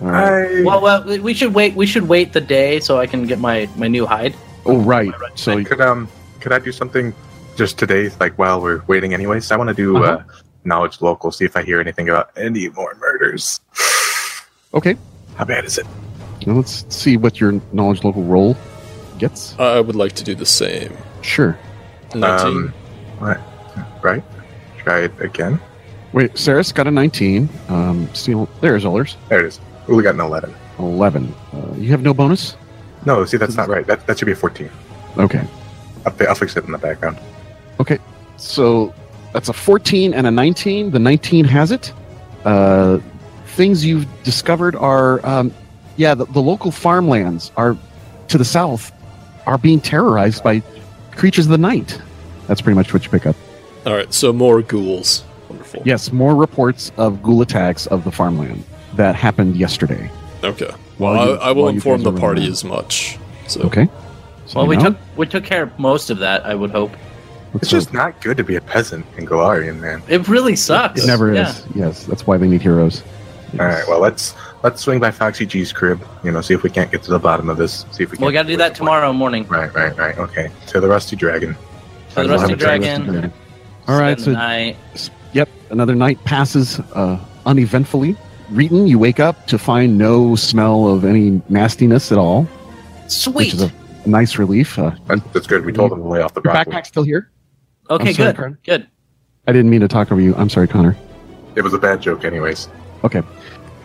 A: All right.
B: I-
D: Well, well, we- we should wait. We should wait the day so I can get my my new hide.
A: oh, right. So
B: could um could I do something just today, like while we're waiting? Anyways, I want to do uh
D: Uh-huh.
B: knowledge local, see if I hear anything about any more murders. *sighs*
A: okay,
B: How bad is it?
A: now let's see what your knowledge local role gets.
C: I would like to do the same.
A: Sure.
C: 19.
B: Um, what? Right? Try it again.
A: Wait, Saris got a 19. Um, Steel, there's Ullers.
B: There it is. Ooh, we got an eleven.
A: 11. Uh, you have no bonus?
B: No, see that's not right. That that should be a fourteen.
A: Okay.
B: I'll, fi- I'll fix it in the background.
A: So that's a 14 and a 19. The 19 has it. Uh, things you've discovered are, um, yeah, the, the local farmlands are to the south are being terrorized by creatures of the night. That's pretty much what you pick up.
C: All right, so more ghouls. Wonderful.
A: Yes, more reports of ghoul attacks of the farmland that happened yesterday.
C: Okay.
A: While
C: I,
A: you-
C: I will
A: while you
C: inform
A: guys
C: the
A: are
C: party
A: around.
C: as much. So
A: Okay. So
D: Well, we
A: now,
D: took we took care of most of that. I would hope.
A: let's
B: It's just not good to be a peasant in Galarian, man.
D: It really sucks.
A: It never
D: Yeah.
A: is. Yes, that's why they need heroes.
B: All right, well let's let's swing by Foxy G's crib. You know, see if we can't get to the bottom of this. See if we.
D: Well,
B: can't
D: we got to do that tomorrow morning.
B: Right, right, right. Okay, to the Rusty Dragon.
D: So the
B: We'll
D: rusty
B: have a dragon.
D: dragon.
A: All right,
D: spend
A: so
D: the night.
A: Yep, another night passes uh, uneventfully. Reeton, you wake up to find no smell of any nastiness at all, which
D: sweet.
A: is a nice relief. Uh,
B: That's, that's good. We told him to lay off the
A: your
B: broccoli.
A: backpack's still here.
D: okay,
A: I'm sorry,
D: good,
A: Connor.
D: good.
A: I didn't mean to talk over you. I'm sorry, Connor.
B: It was a bad joke, anyways.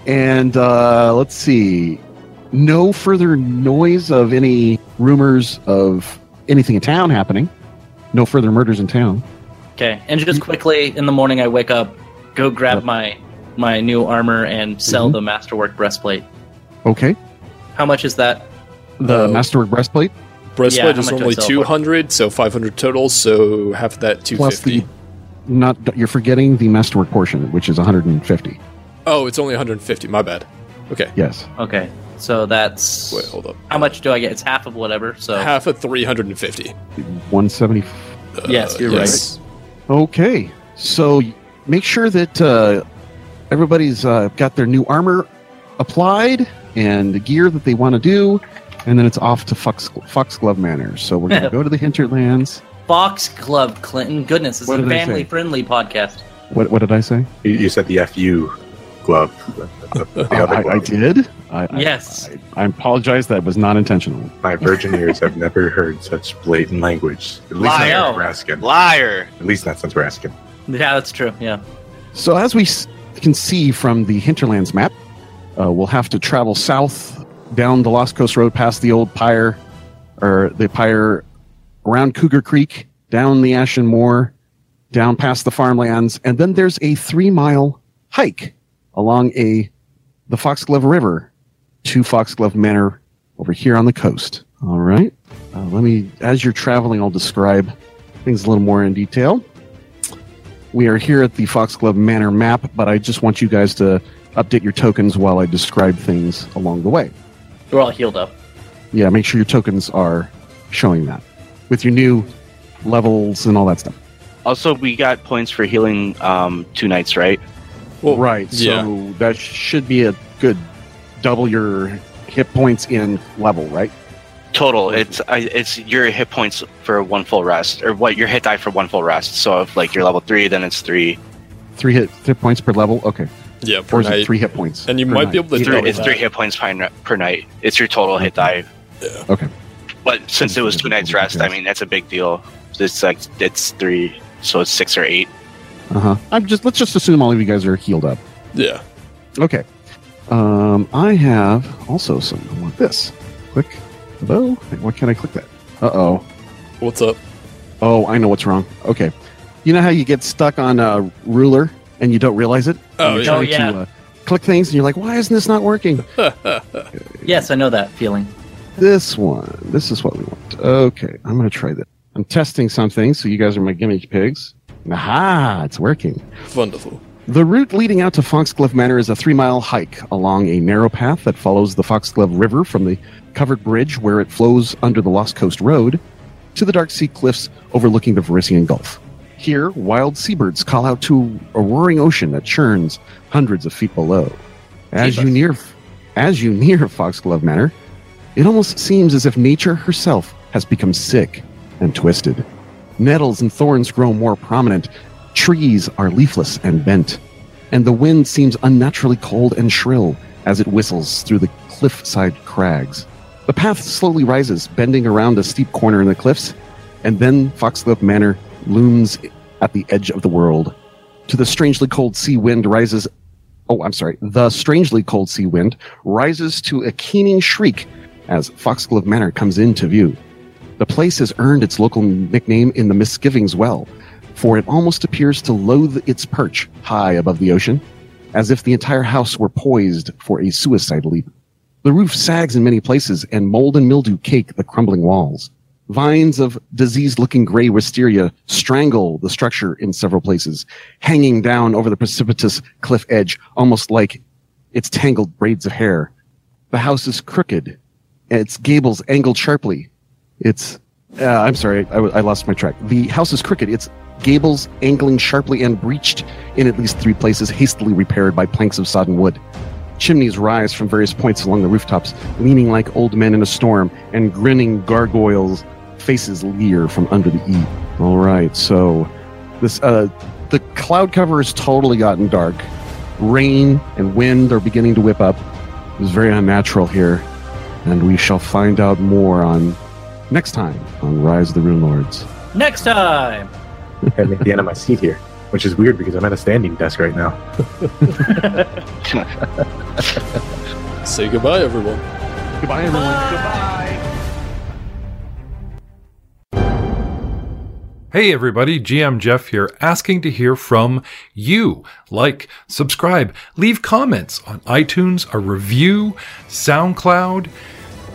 A: And uh, let's see, no further noise of any rumors of anything in town happening. No further murders in town.
D: Okay, and just quickly in the morning, I wake up, go grab
A: Yep.
D: my my new armor and sell
A: Mhm.
D: the masterwork breastplate.
A: Okay,
D: How much is that?
A: the
C: Uh,
A: masterwork breastplate
D: Yeah,
C: breastplate
D: how
C: is
D: much do I
C: normally
D: sell for?
C: 200, so 500 total, so half of that
A: plus
C: 250.
A: the not you're forgetting the masterwork portion, which is 150.
C: Oh, it's only 150. My bad. Okay.
A: Yes.
D: Okay, so that's
C: Wait, hold up.
D: how much do I get? It's half of whatever. So
C: Half of 350.
A: 175.
C: Uh,
D: Yes, you're
A: Okay. So y- make sure that uh, everybody's uh, got their new armor applied and the gear that they want to do, and then it's off to Fox, Foxglove Manor. So we're going to go to the Hinterlands.
D: Fox Club Clinton. Goodness, this
A: What
D: is a
A: did I say?
D: family friendly podcast.
A: What, what did I say?
B: You, you said the FU glove. The, the-
A: *laughs*
B: the
A: Uh,
B: other
A: I, I
B: glove.
A: did. I, I-
D: Yes.
A: I, apologize. That was not intentional.
B: My virgin ears have never heard such blatant language. At least
D: Liar.
B: not since Raskin.
E: Liar!
B: At least not since Raskin.
D: Yeah, that's true. Yeah.
A: So as we s- can see from the Hinterlands map, uh, we'll have to travel south down the Lost Coast Road, past the old pyre, or the pyre, around Cougar Creek, down the Ashen Moor, down past the farmlands, and then there's a three-mile hike along a the Foxglove River to Foxglove Manor over here on the coast. All right. Uh, let me, as you're traveling, I'll describe things a little more in detail. We are here at the Foxglove Manor map, but I just want you guys to update your tokens while I describe things along the way.
D: We're all healed up.
A: Yeah, make sure your tokens are showing that with your new levels and all that stuff.
E: Also, we got points for healing um, two nights, right?
C: Well,
A: right. So that should be a good double your hit points in level, right?
E: Total. It's I, it's your hit points for one full rest, or what your hit die for one full rest. So if like you're level three, then it's three.
A: three hit, hit points per level? Okay.
C: Yeah,
A: Or
C: per
A: is it
C: night.
A: three hit points?
C: And you
A: per
C: might
A: night?
C: be able to
E: It's
C: do
E: three,
C: it.
E: it's three hit points per, n- per night. It's your total hit die.
A: Okay.
E: But since it was two nights rest, I mean that's a big deal. It's like it's three, so it's six or eight.
A: Uh huh. I'm just let's just assume all of you guys are healed up.
C: Yeah.
A: Okay. Um, I have also something like this. Click. Hello. Why can't I click that? Uh oh.
C: What's up?
A: Oh, I know what's wrong. Okay. You know how you get stuck on a ruler and you don't realize it?
C: Oh,
A: You're
C: yeah.
A: trying
D: Oh, yeah.
A: To, uh, click things and you're like, why isn't this not working?
D: Yes, I know that feeling.
A: this one. This is what we want. Okay. I'm going to try this. I'm testing something, so you guys are my gimmick pigs. Aha, it's working.
C: Wonderful.
A: The route leading out to Foxglove Manor is a three mile hike along a narrow path that follows the Foxglove River from the covered bridge where it flows under the Lost Coast Road to the dark sea cliffs overlooking the Verissian Gulf. Here, wild seabirds call out to a roaring ocean that churns hundreds of feet below. As you
D: Jesus.
A: near as you near Foxglove Manor, it almost seems as if nature herself has become sick and twisted. Nettles and thorns grow more prominent. Trees are leafless and bent. And the wind seems unnaturally cold and shrill as it whistles through the cliffside crags. The path slowly rises, bending around a steep corner in the cliffs, and then Foxglove Manor looms at the edge of the world. To the strangely cold sea wind rises oh, I'm sorry, the strangely cold sea wind rises to a keening shriek as Foxglove Manor comes into view. The place has earned its local nickname in the Misgivings Well, for it almost appears to loathe its perch high above the ocean, as if the entire house were poised for a suicide leap. The roof sags in many places, and mold and mildew cake the crumbling walls. Vines of diseased looking gray wisteria strangle the structure in several places, hanging down over the precipitous cliff edge, almost like its tangled braids of hair. The house is crooked, and its gables angled sharply. It's, uh, I'm sorry, I, I lost my track. The house is crooked, its gables angling sharply and breached in at least three places, hastily repaired by planks of sodden wood. Chimneys rise from various points along the rooftops, leaning like old men in a storm, and grinning gargoyles' faces leer from under the eave. All right, so this uh, the cloud cover has totally gotten dark. Rain and wind are beginning to whip up. It's very unnatural here, and we shall find out more on next time on Rise of the Rune Lords.
D: Next time.
B: I'm at the end of my seat here, which is weird because I'm at a standing desk right now.
C: Say goodbye, everyone.
A: Goodbye, everyone.
F: Hey everybody, GM Jeff here, asking to hear from you. Like, subscribe, leave comments on iTunes, a review, SoundCloud,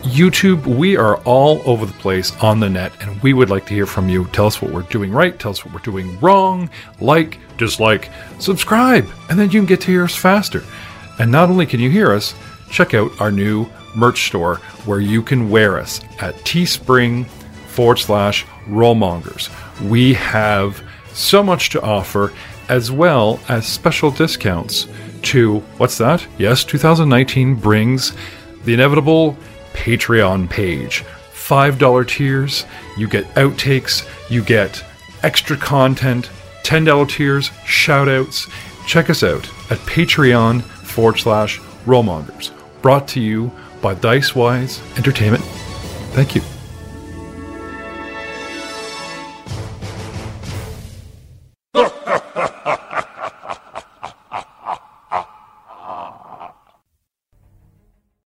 F: YouTube. We are all over the place on the net, and we would like to hear from you. Tell us what we're doing right, tell us what we're doing wrong, like, dislike, subscribe, and then you can get to hear us faster. And not only can you hear us, check out our new merch store where you can wear us at Teespring forward slash rollmongers. We have so much to offer, as well as special discounts to what's that? Yes, 2019 brings the inevitable Patreon page. $5 tiers, you get outtakes, you get extra content, $10 tiers, shout outs. Check us out at patreon forward slash rollmongers. Brought to you by Dicewise Entertainment. Thank you.